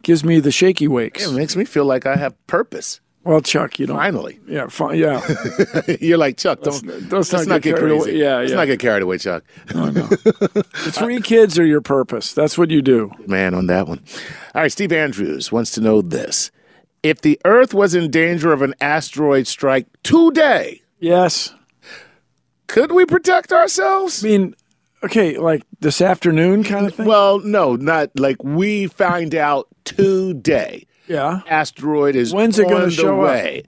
S1: gives me the shaky wakes.
S2: It makes me feel like I have purpose.
S1: Well, Chuck, you don't.
S2: Finally,
S1: Yeah, fine, yeah.
S2: you're like Chuck. Don't
S1: not-
S2: let's,
S1: let's
S2: not, get,
S1: carried
S2: crazy.
S1: away. Yeah,
S2: let's
S1: yeah.
S2: not get carried away, Chuck.
S1: The three kids are your purpose. That's what you do.
S2: man on that one. All right, Steve Andrews wants to know this. If the Earth was in danger of an asteroid strike today,
S1: Yes.
S2: could we protect ourselves?
S1: I mean, okay, like this afternoon kind of thing.
S2: Well, no, not like we find out today.
S1: yeah.
S2: Asteroid is
S1: When's it
S2: on
S1: gonna
S2: the
S1: show up?
S2: way.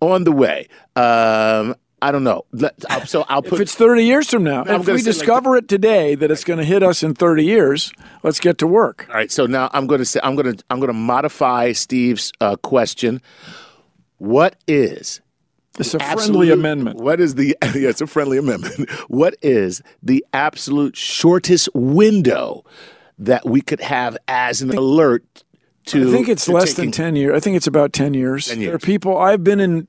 S2: On the way. Um, I don't know. Let- I'll- So I'll
S1: If
S2: put
S1: it's 30 years from now,
S2: I'm
S1: if
S2: gonna
S1: we
S2: say, like,
S1: discover it today that it's going to hit us in 30 years, let's get to work.
S2: All right, so now I'm going to say I'm going to I'm going to modify Steve's uh, question. What is
S1: It's a friendly
S2: absolute-
S1: amendment.
S2: What is the yeah, it's a friendly amendment. What is the absolute shortest window that we could have as an alert to
S1: I think it's
S2: to
S1: less than
S2: taking-
S1: 10 years. I think it's about 10 years.
S2: 10
S1: There are
S2: years.
S1: people, I've been in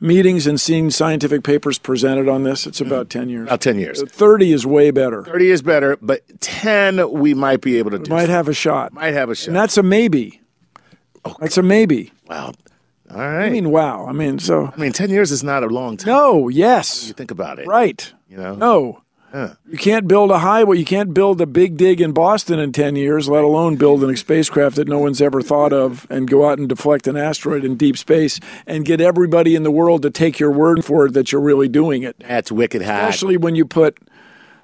S1: meetings and seen scientific papers presented on this. It's about 10 years.
S2: Mm-hmm. about 10 years.
S1: 30 is way better.
S2: 30 is better, but 10 we might be able to do.
S1: Might
S2: something.
S1: have a shot.
S2: might have a shot.
S1: And that's a maybe. That's a maybe.
S2: wow. All right.
S1: I mean, wow. I mean, so.
S2: I mean 10 years is not a long time.
S1: No, yes.
S2: You think about it.
S1: Right.
S2: You know.
S1: No. You can't build a highway. You can't build a big dig in Boston in 10 years, let alone build an spacecraft that no one's ever thought of and go out and deflect an asteroid in deep space and get everybody in the world to take your word for it that you're really doing it.
S2: That's wicked high.
S1: Especially when you put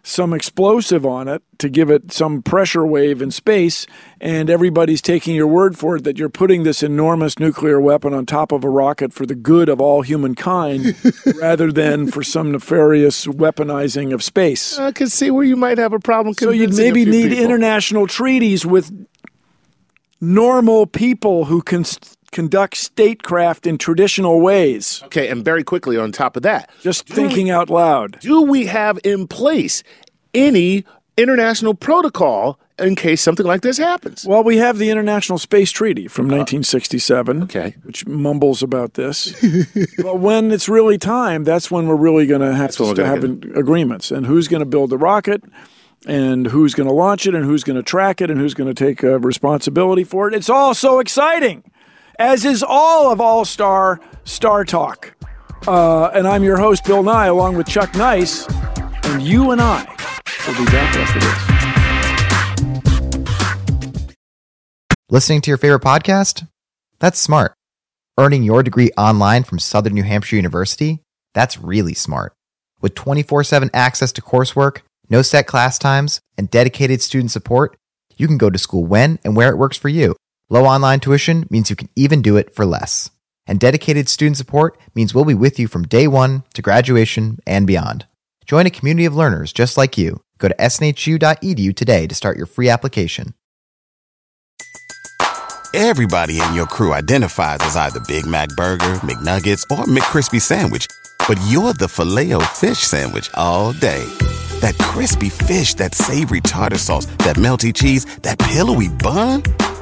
S1: some explosive on it to give it some pressure wave in space, and everybody's taking your word for it that you're putting this enormous nuclear weapon on top of a rocket for the good of all humankind rather than for some nefarious weaponizing of space.
S2: I could see where you might have a problem.
S1: So you'd
S2: Uh, convincing a
S1: maybe
S2: few
S1: need
S2: people.
S1: international treaties with normal people who can s- conduct statecraft in traditional ways.
S2: Okay, and very quickly on top of that,
S1: Just thinking out loud.
S2: do we have in place any international protocol in case something like this happens?
S1: Well, we have the International Space Treaty from 1967,
S2: Uh, okay.
S1: which mumbles about this. but when it's really time, that's when we're really going to have to
S2: when we're gonna
S1: have
S2: get
S1: an- agreements and who's going to build the rocket and who's going to launch it and who's going to track it and who's going to take uh, responsibility for it. It's all so exciting, as is all of All Star Star Talk. Uh, and I'm your host, Bill Nye, along with Chuck Nice, and you and I will be back after this.
S3: Listening to your favorite podcast? That's smart. Earning your degree online from Southern New Hampshire University? That's really smart. With 24 7 access to coursework, no set class times, and dedicated student support, you can go to school when and where it works for you. Low online tuition means you can even do it for less. And dedicated student support means we'll be with you from day one to graduation and beyond. Join a community of learners just like you. Go to snhu.edu E today to start your free application.
S4: Everybody in your crew identifies as either Big Mac Burger, McNuggets, or McCrispy Sandwich. But you're the filet fish Sandwich all day. That crispy fish, that savory tartar sauce, that melty cheese, that pillowy bun.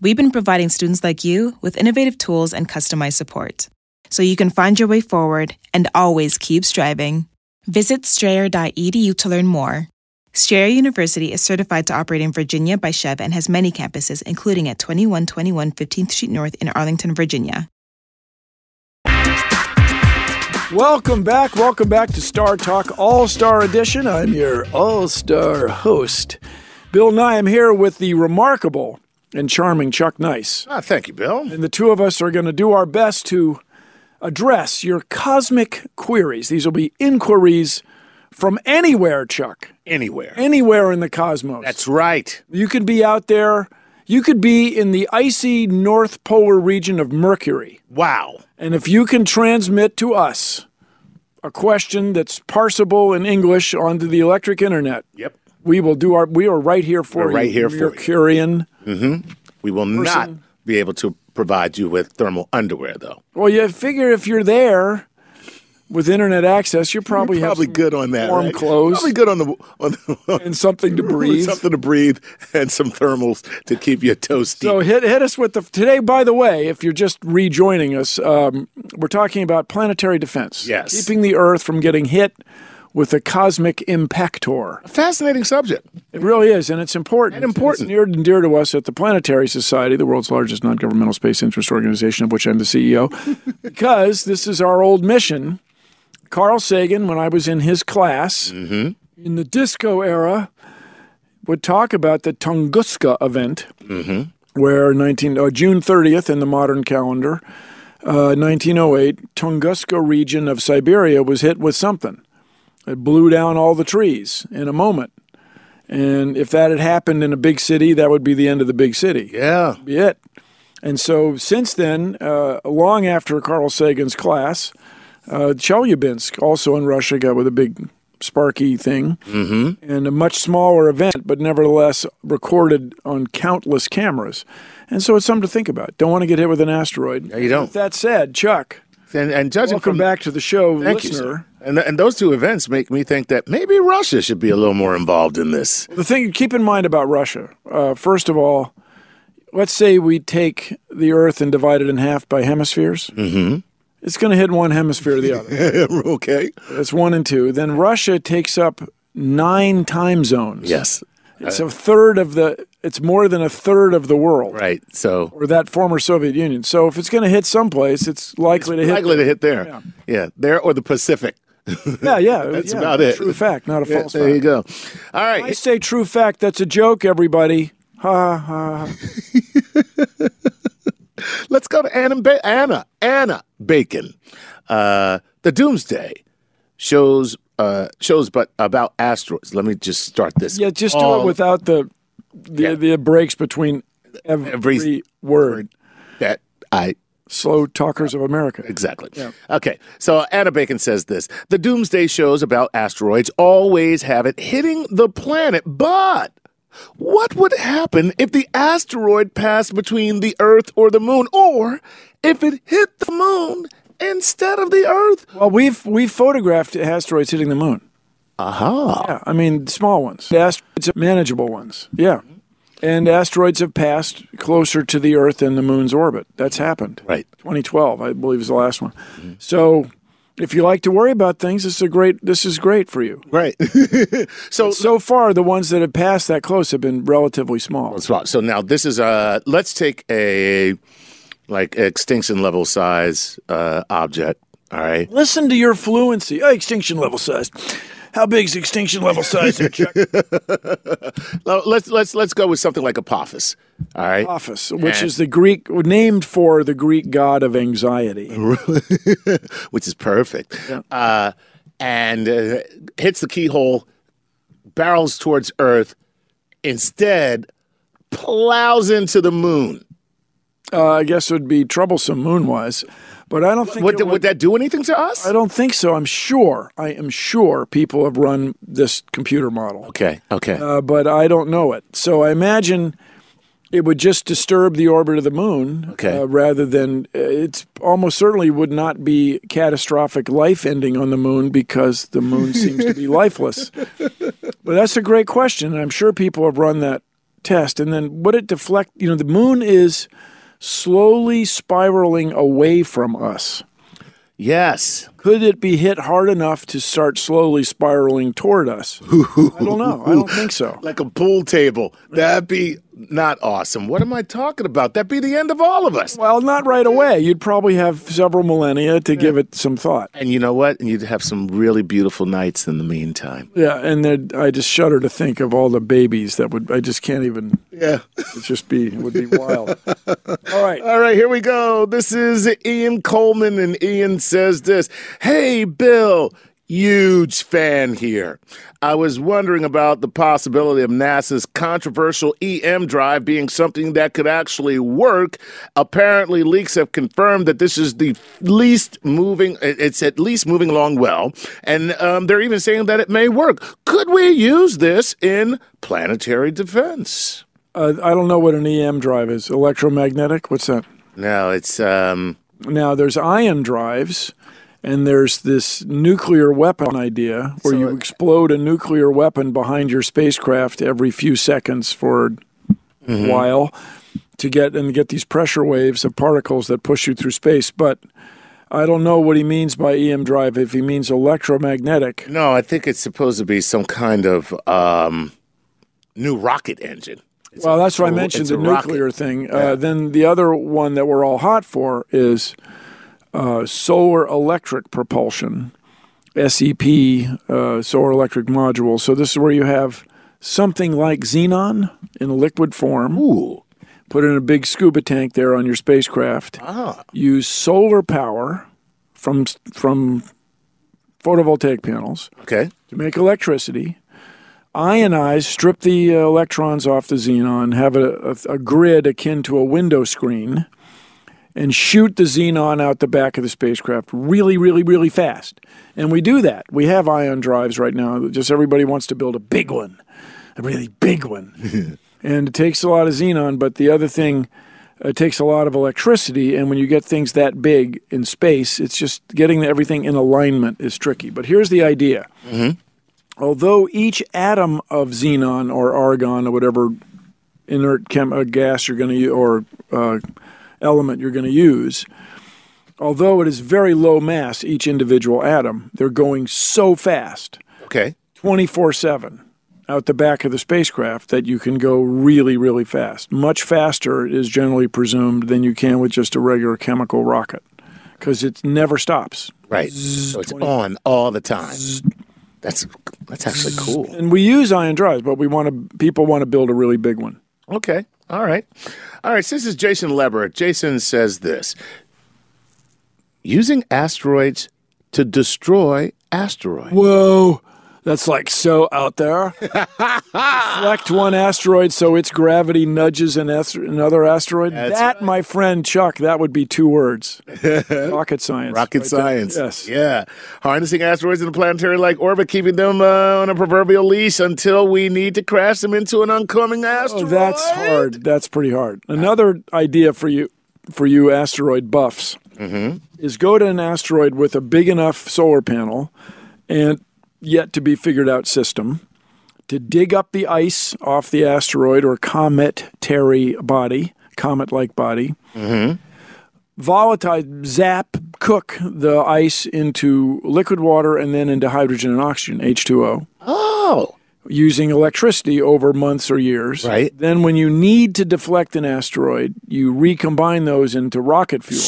S5: we've been providing students like you with innovative tools and customized support. So you can find your way forward and always keep striving. Visit strayer.edu to learn more. Strayer University is certified to operate in Virginia by Chev and has many campuses, including at 2121 15th Street North in Arlington, Virginia.
S1: Welcome back. Welcome back to Star Talk All Star Edition. I'm your All Star host, Bill Nye. I'm here with the remarkable and charming Chuck Nice.
S2: Ah, thank you, Bill.
S1: And the two of us are going to do our best to address your cosmic queries. These will be inquiries from anywhere, Chuck,
S2: Anywhere.
S1: anywhere in the cosmos.
S2: That's right.
S1: You could be out there, you could be in the icy north polar region of Mercury.
S2: Wow.
S1: And if you can transmit to us a question that's parsable in English onto the electric internet,
S2: Yep.
S1: we will do our. We are right here for
S2: We're
S1: you.
S2: right here
S1: You're
S2: for
S1: Curian.
S2: you. We will not be able to provide you with thermal underwear, though.
S1: Well, you figure if you're there with internet access, you're probably,
S2: You're
S1: have
S2: probably
S1: some
S2: good on that.
S1: warm
S2: right?
S1: clothes
S2: Probably good on the on the
S1: and something to breathe.
S2: something to breathe, and some thermals to keep you toasty.
S1: So hit hit us with the today. By the way, if you're just rejoining us, um, we're talking about planetary defense.
S2: Yes.
S1: keeping the Earth from getting hit with a cosmic impactor.
S2: Fascinating subject.
S1: It really is, and it's important.
S2: And important.
S1: It's near and dear to us at the Planetary Society, the world's largest non-governmental space interest organization, of which I'm the CEO, because this is our old mission. Carl Sagan, when I was in his class
S2: Mm-hmm.
S1: in the disco era, would talk about the Tunguska event,
S2: Mm-hmm.
S1: where 19, uh, June 30th in the modern calendar, uh, 1908, Tunguska region of Siberia was hit with something. It blew down all the trees in a moment. And if that had happened in a big city, that would be the end of the big city.
S2: Yeah.
S1: Be it. And so since then, uh, long after Carl Sagan's class, uh, Chelyabinsk, also in Russia, got with a big sparky thing
S2: Mm-hmm.
S1: and a much smaller event, but nevertheless recorded on countless cameras. And so it's something to think about. Don't want to get hit with an asteroid.
S2: you don't.
S1: With that said, Chuck,
S2: And, and judging
S1: welcome
S2: from
S1: back to the show,
S2: Thank you,
S1: listener.
S2: sir. And, and those two events make me think that maybe Russia should be a little more involved in this.
S1: The thing to keep in mind about Russia, uh, first of all, let's say we take the Earth and divide it in half by hemispheres. Mm-hmm. It's going to hit one hemisphere or the other.
S2: okay.
S1: That's one and two. Then Russia takes up nine time zones.
S2: Yes.
S1: It's a third of the, it's more than a third of the world.
S2: Right. So
S1: Or that former Soviet Union. So if it's going to hit someplace, it's likely to hit.
S2: likely to hit there. Yeah. There or the Pacific.
S1: Yeah, yeah.
S2: That's
S1: yeah.
S2: about it.
S1: True fact, not a
S2: Yeah,
S1: false
S2: there you
S1: fact.
S2: go. All right.
S1: I say true fact. That's a joke, everybody. Ha ha ha.
S2: Let's go to Anna, ba- Anna, Anna Bacon. Uh, the Doomsday shows uh, shows but about asteroids. Let me just start this.
S1: Yeah, just do
S2: all
S1: it without the the,
S2: Um, Yeah.
S1: the breaks between every,
S2: Every
S1: word.
S2: that I
S1: Slow talkers of America.
S2: Exactly. Okay. So Anna Bacon says this The doomsday shows about asteroids always have it hitting the planet, but what would happen if the asteroid passed between the Earth or the moon, or if it hit the moon instead of the Earth?
S1: Well, we've we've photographed asteroids hitting the moon.
S2: Aha.
S1: Yeah, I mean small ones. Asteroids, are manageable ones. Yeah, and asteroids have passed closer to the Earth than the moon's orbit. That's happened.
S2: Right. Mm-hmm.
S1: 2012, I believe, is the last one. So, if you like to worry about things, this is a great. This is great for you.
S2: Right. so,
S1: So far, the ones that have passed that close have been relatively small.
S2: spot. So now this is a let's take a like extinction level size uh, object. All right.
S1: Listen to your fluency. Oh, extinction level size. How big's extinction level size there, Chuck?
S2: Well, Let's let's let's go with something like Apophis. All right.
S1: Apophis, which is the Greek named for the Greek god of anxiety.
S2: which is perfect. Uh, and uh, hits the keyhole, barrels towards Earth, instead plows into the moon.
S1: Uh, I guess it would be troublesome moon-wise, but I don't think
S2: Would,
S1: it
S2: would, that do anything to us?
S1: I don't think so. I'm sure. I am sure people have run this computer model,
S2: Okay, okay.
S1: uh, but I don't know it. So I imagine it would just disturb the orbit of the moon,
S2: Okay.
S1: uh, rather than it's almost certainly would not be catastrophic life ending on the moon because the moon seems to be lifeless. But that's a great question, and I'm sure people have run that test. And then would it deflect? You know, the moon is slowly spiraling away from us.
S2: yes.
S1: Could it be hit hard enough to start slowly spiraling toward us? I don't know. I don't think so.
S2: Like a pool table. That'd be not awesome. What am I talking about? That'd be the end of all of us.
S1: Well, not right away. You'd probably have several millennia to give it some thought.
S2: And you know what? And you'd have some really beautiful nights in the meantime.
S1: Yeah, and then I just shudder to think of all the babies that would. I just can't even.
S2: Yeah.
S1: It's just be it would be wild. all right.
S2: All right, here we go. This is Ian Coleman, and Ian says this Hey, Bill, huge fan here. I was wondering about the possibility of NASA's controversial EM drive being something that could actually work. Apparently, leaks have confirmed that this is the least moving, it's at least moving along well. And um, they're even saying that it may work. Could we use this in planetary defense?
S1: E Uh, I don't know what an EM drive is. Electromagnetic. What's that?
S2: No, it's um,
S1: Now there's ion drives, and there's this nuclear weapon idea where you explode a nuclear weapon behind your spacecraft every few seconds for a while to get and get these pressure waves of particles that push you through space. But I don't know what he means by EM drive. If he means electromagnetic,
S2: no. I think it's supposed to be some kind of um, new rocket engine. It's
S1: well,
S2: a-
S1: that's why I
S2: it's a-
S1: mentioned
S2: it's
S1: the
S2: a rocket.
S1: nuclear thing. Uh, then the other one that we're all hot for is uh, solar electric propulsion, SEP, uh, solar electric module. So this is where you have something like xenon in a liquid form. Ooh. Put in a big scuba tank there on your spacecraft. Ah. Use solar power from from photovoltaic panels
S2: Okay.
S1: to make electricity, ionize, strip the uh, electrons off the xenon, have a, a, a grid akin to a window screen, and shoot the xenon out the back of the spacecraft really, really, really fast. And we do that. We have ion drives right now. Just everybody wants to build a big one, a really big one. and it takes a lot of xenon, but the other thing. It takes a lot of electricity, and when you get things that big in space, it's just getting everything in alignment is tricky. But here's the idea although each atom of xenon or argon or whatever inert chem- uh, gas you're going to use or uh, element you're going to use, although it is very low mass, each individual atom, they're going so fast,
S2: Okay.
S1: 24 7 out the back of the spacecraft that you can go really, really fast. Much faster is generally presumed than you can with just a regular chemical rocket because it never stops.
S2: Right. So it's on all the time. That's that's actually cool.
S1: And we use ion drives, but we want to people want to build a really big one.
S2: Okay. All right. All right. So this is Jason Leber. Jason says this using asteroids to destroy asteroids.
S1: Whoa. That's like so out there. Deflect one asteroid so its gravity nudges an ast- another asteroid. that, my friend Chuck, that would be two words. Rocket science.
S2: Rocket
S1: Right there.
S2: science.
S1: Yes.
S2: Yeah. Harnessing asteroids in a planetary like orbit, keeping them uh, on a proverbial leash until we need to crash them into an oncoming
S1: Oh,
S2: asteroid.
S1: that's hard. That's pretty hard. Another idea for you, for you asteroid buffs, is go to an asteroid with a big enough solar panel and yet to be figured out system to dig up the ice off the asteroid or cometary body, comet-like body. Volatile zap cook the ice into liquid water and then into hydrogen and oxygen, H2O
S2: Oh.
S1: using electricity over months or years.
S2: Right.
S1: Then, when you need to deflect an asteroid, you recombine those into rocket fuel.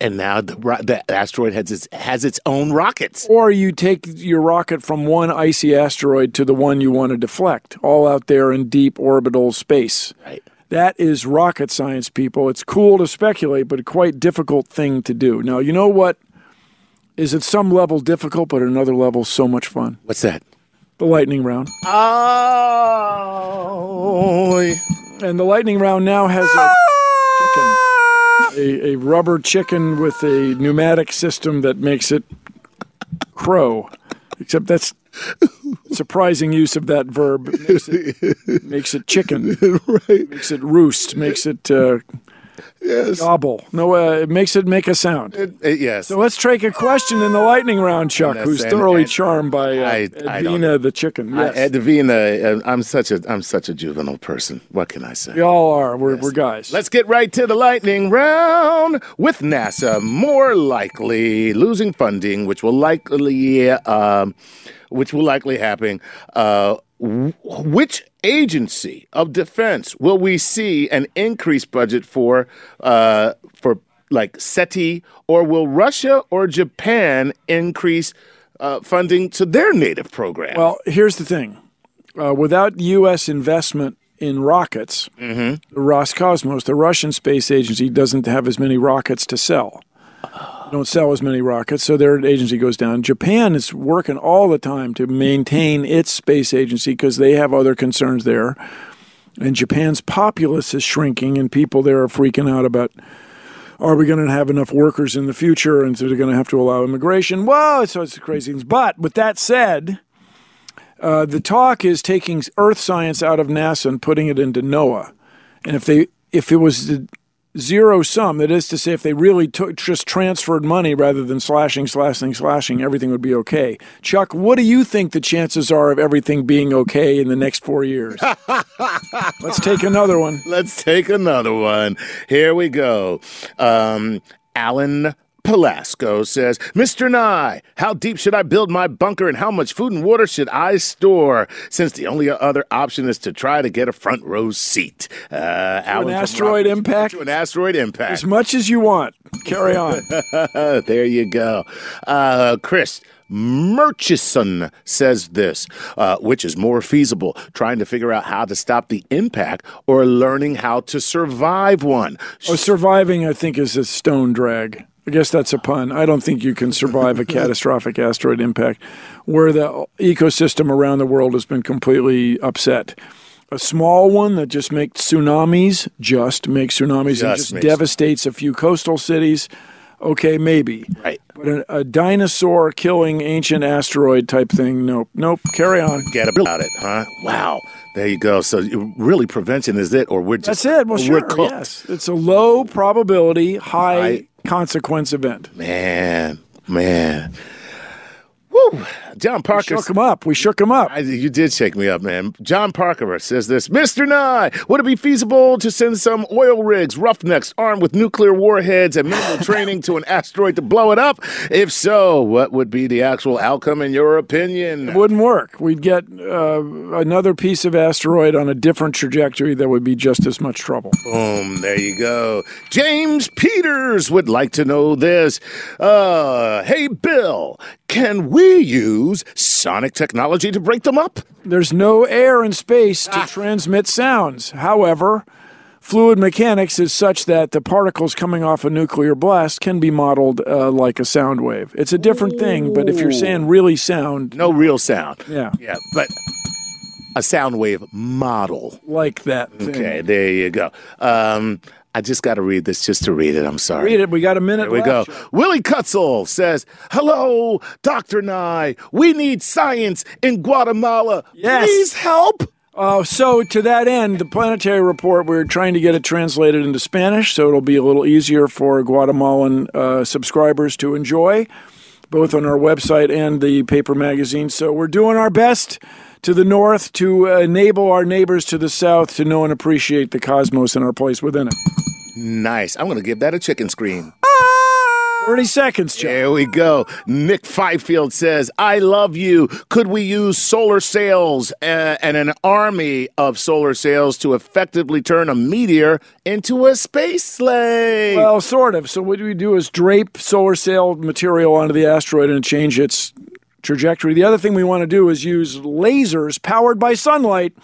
S2: And now the, ro- the asteroid has its, has its own rockets.
S1: Or you take your rocket from one icy asteroid to the one you want to deflect, all out there in deep orbital space.
S2: Right.
S1: That is rocket science, people. It's cool to speculate, but a quite difficult thing to do. Now, you know what is at some level difficult, but at another level so much fun?
S2: What's that?
S1: The lightning round.
S2: Oh.
S1: And the lightning round now has a chicken, a, a rubber chicken with a pneumatic system that makes it crow. Except that's surprising use of that verb. Makes it, makes it chicken. right. Makes it roost. Makes it uh, gobble. No, uh, it makes it make a sound.
S2: Uh, yes.
S1: so let's take a question in the lightning round, Chuck,
S2: Yes,
S1: who's
S2: and-
S1: thoroughly
S2: and-
S1: charmed by uh,
S2: I- I don't-
S1: Edwina the chicken.
S2: I,
S1: Yes.
S2: Ed Davina, uh, I'm such a I'm such a juvenile person. What can I say?
S1: we all are. We're, we're guys.
S2: Let's get right to the lightning round with NASA more likely losing funding, which will likely um, which will likely happen. Uh, wh- which agency of defense will we see an increased budget for uh, for like SETI, or will Russia or Japan increase uh, funding to their native program?
S1: Well, here's the thing: uh, without U.S. investment in rockets, Roscosmos, the Russian space agency, doesn't have as many rockets to sell. They Don't sell as many rockets, so their agency goes down. Japan is working all the time to maintain its space agency because they have other concerns there. And Japan's populace is shrinking, and people there are freaking out about are we going to have enough workers in the future? And so they're going to have to allow immigration. Whoa, so it's crazy things. But with that said, uh, the talk is taking earth science out of NASA and putting it into NOAA. And if they if it was the zero sum. That is to say, if they really took just transferred money rather than slashing, slashing, slashing, everything would be okay. Chuck, what do you think the chances are of everything being okay in the next four years? Let's take another one.
S2: Let's take another one. Here we go. Um, Alan Pelasco says, Mr. Nye, how deep should I build my bunker and how much food and water should I store? Since the only other option is to try to get a front row seat. Uh, Alan
S1: an
S2: from
S1: asteroid
S2: Rockets-
S1: impact?
S2: To an asteroid
S1: As
S2: impact.
S1: much as you want. Carry on.
S2: there you go. Uh, Chris. Murchison says this, uh, which is more feasible, trying to figure out how to stop the impact or learning how to survive one.
S1: Oh, surviving, I think, is a stone drag. I guess that's a pun. I don't think you can survive a catastrophic asteroid impact where the ecosystem around the world has been completely upset. A small one that just makes tsunamis, just makes tsunamis and
S2: Just
S1: just
S2: makes-
S1: devastates a few coastal cities. Okay, maybe.
S2: Right.
S1: But a, a dinosaur killing ancient asteroid type thing, nope. Nope. Carry on.
S2: forget about it, huh? Wow. There you go. So you- really, prevention is it, or we're just
S1: That's it. Well, sure.
S2: we're cooked,
S1: Yes. It's a low probability, high consequence event.
S2: man, man. Woo! John Parker.
S1: shook him up. We shook him up.
S2: I, you did shake me up, man. John Parker says this Mr. Nye, would it be feasible to send some oil rigs, roughnecks armed with nuclear warheads and minimal training to an asteroid to blow it up? If so, what would be the actual outcome in your opinion?
S1: It wouldn't work. We'd get uh, another piece of asteroid on a different trajectory that would be just as much trouble.
S2: Boom, there you go. James Peters would like to know this. Uh, hey, Bill, can we use sonic technology to break them up?
S1: There's no air in space
S2: Ah.
S1: to transmit sounds. However, fluid mechanics is such that the particles coming off a nuclear blast can be modeled uh, like a sound wave. It's a different thing, but if you're saying really sound
S2: No real sound.
S1: Yeah.
S2: Yeah, but a sound wave model.
S1: like that thing.
S2: Okay, there you go. Um, I just got to read this just to read it. I'm sorry.
S1: Read it. We got a minute
S2: There we go.
S1: left.
S2: Willie Kutzel says, Hello, Dr. Nye. We need science in Guatemala.
S1: Yes.
S2: Please help.
S1: Uh, so, to that end, the planetary report, we're trying to get it translated into Spanish, so it'll be a little easier for Guatemalan uh, subscribers to enjoy, both on our website and the paper magazine. So, we're doing our best to the north to uh, enable our neighbors to the south to know and appreciate the cosmos and our place within it.
S2: Nice. I'm going to give that a chicken scream.
S1: 30 seconds, Chuck.
S2: There we go. Nick Fifield says, I love you. Could we use solar sails uh, and an army of solar sails to effectively turn a meteor into a space sleigh?
S1: Well, sort of. So, what we do is drape solar sail material onto the asteroid and change its trajectory. The other thing we want to do is use lasers powered by sunlight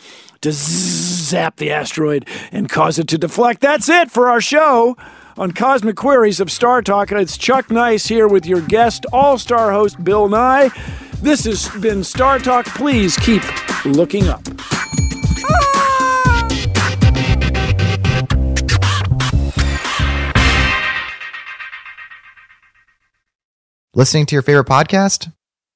S1: to zap the asteroid and cause it to deflect. That's it for our show on Cosmic Queries of Star Talk. It's Chuck Nice here with your guest, all star host Bill Nye. This has been Star Talk. Please keep looking up.
S3: Listening to your favorite podcast?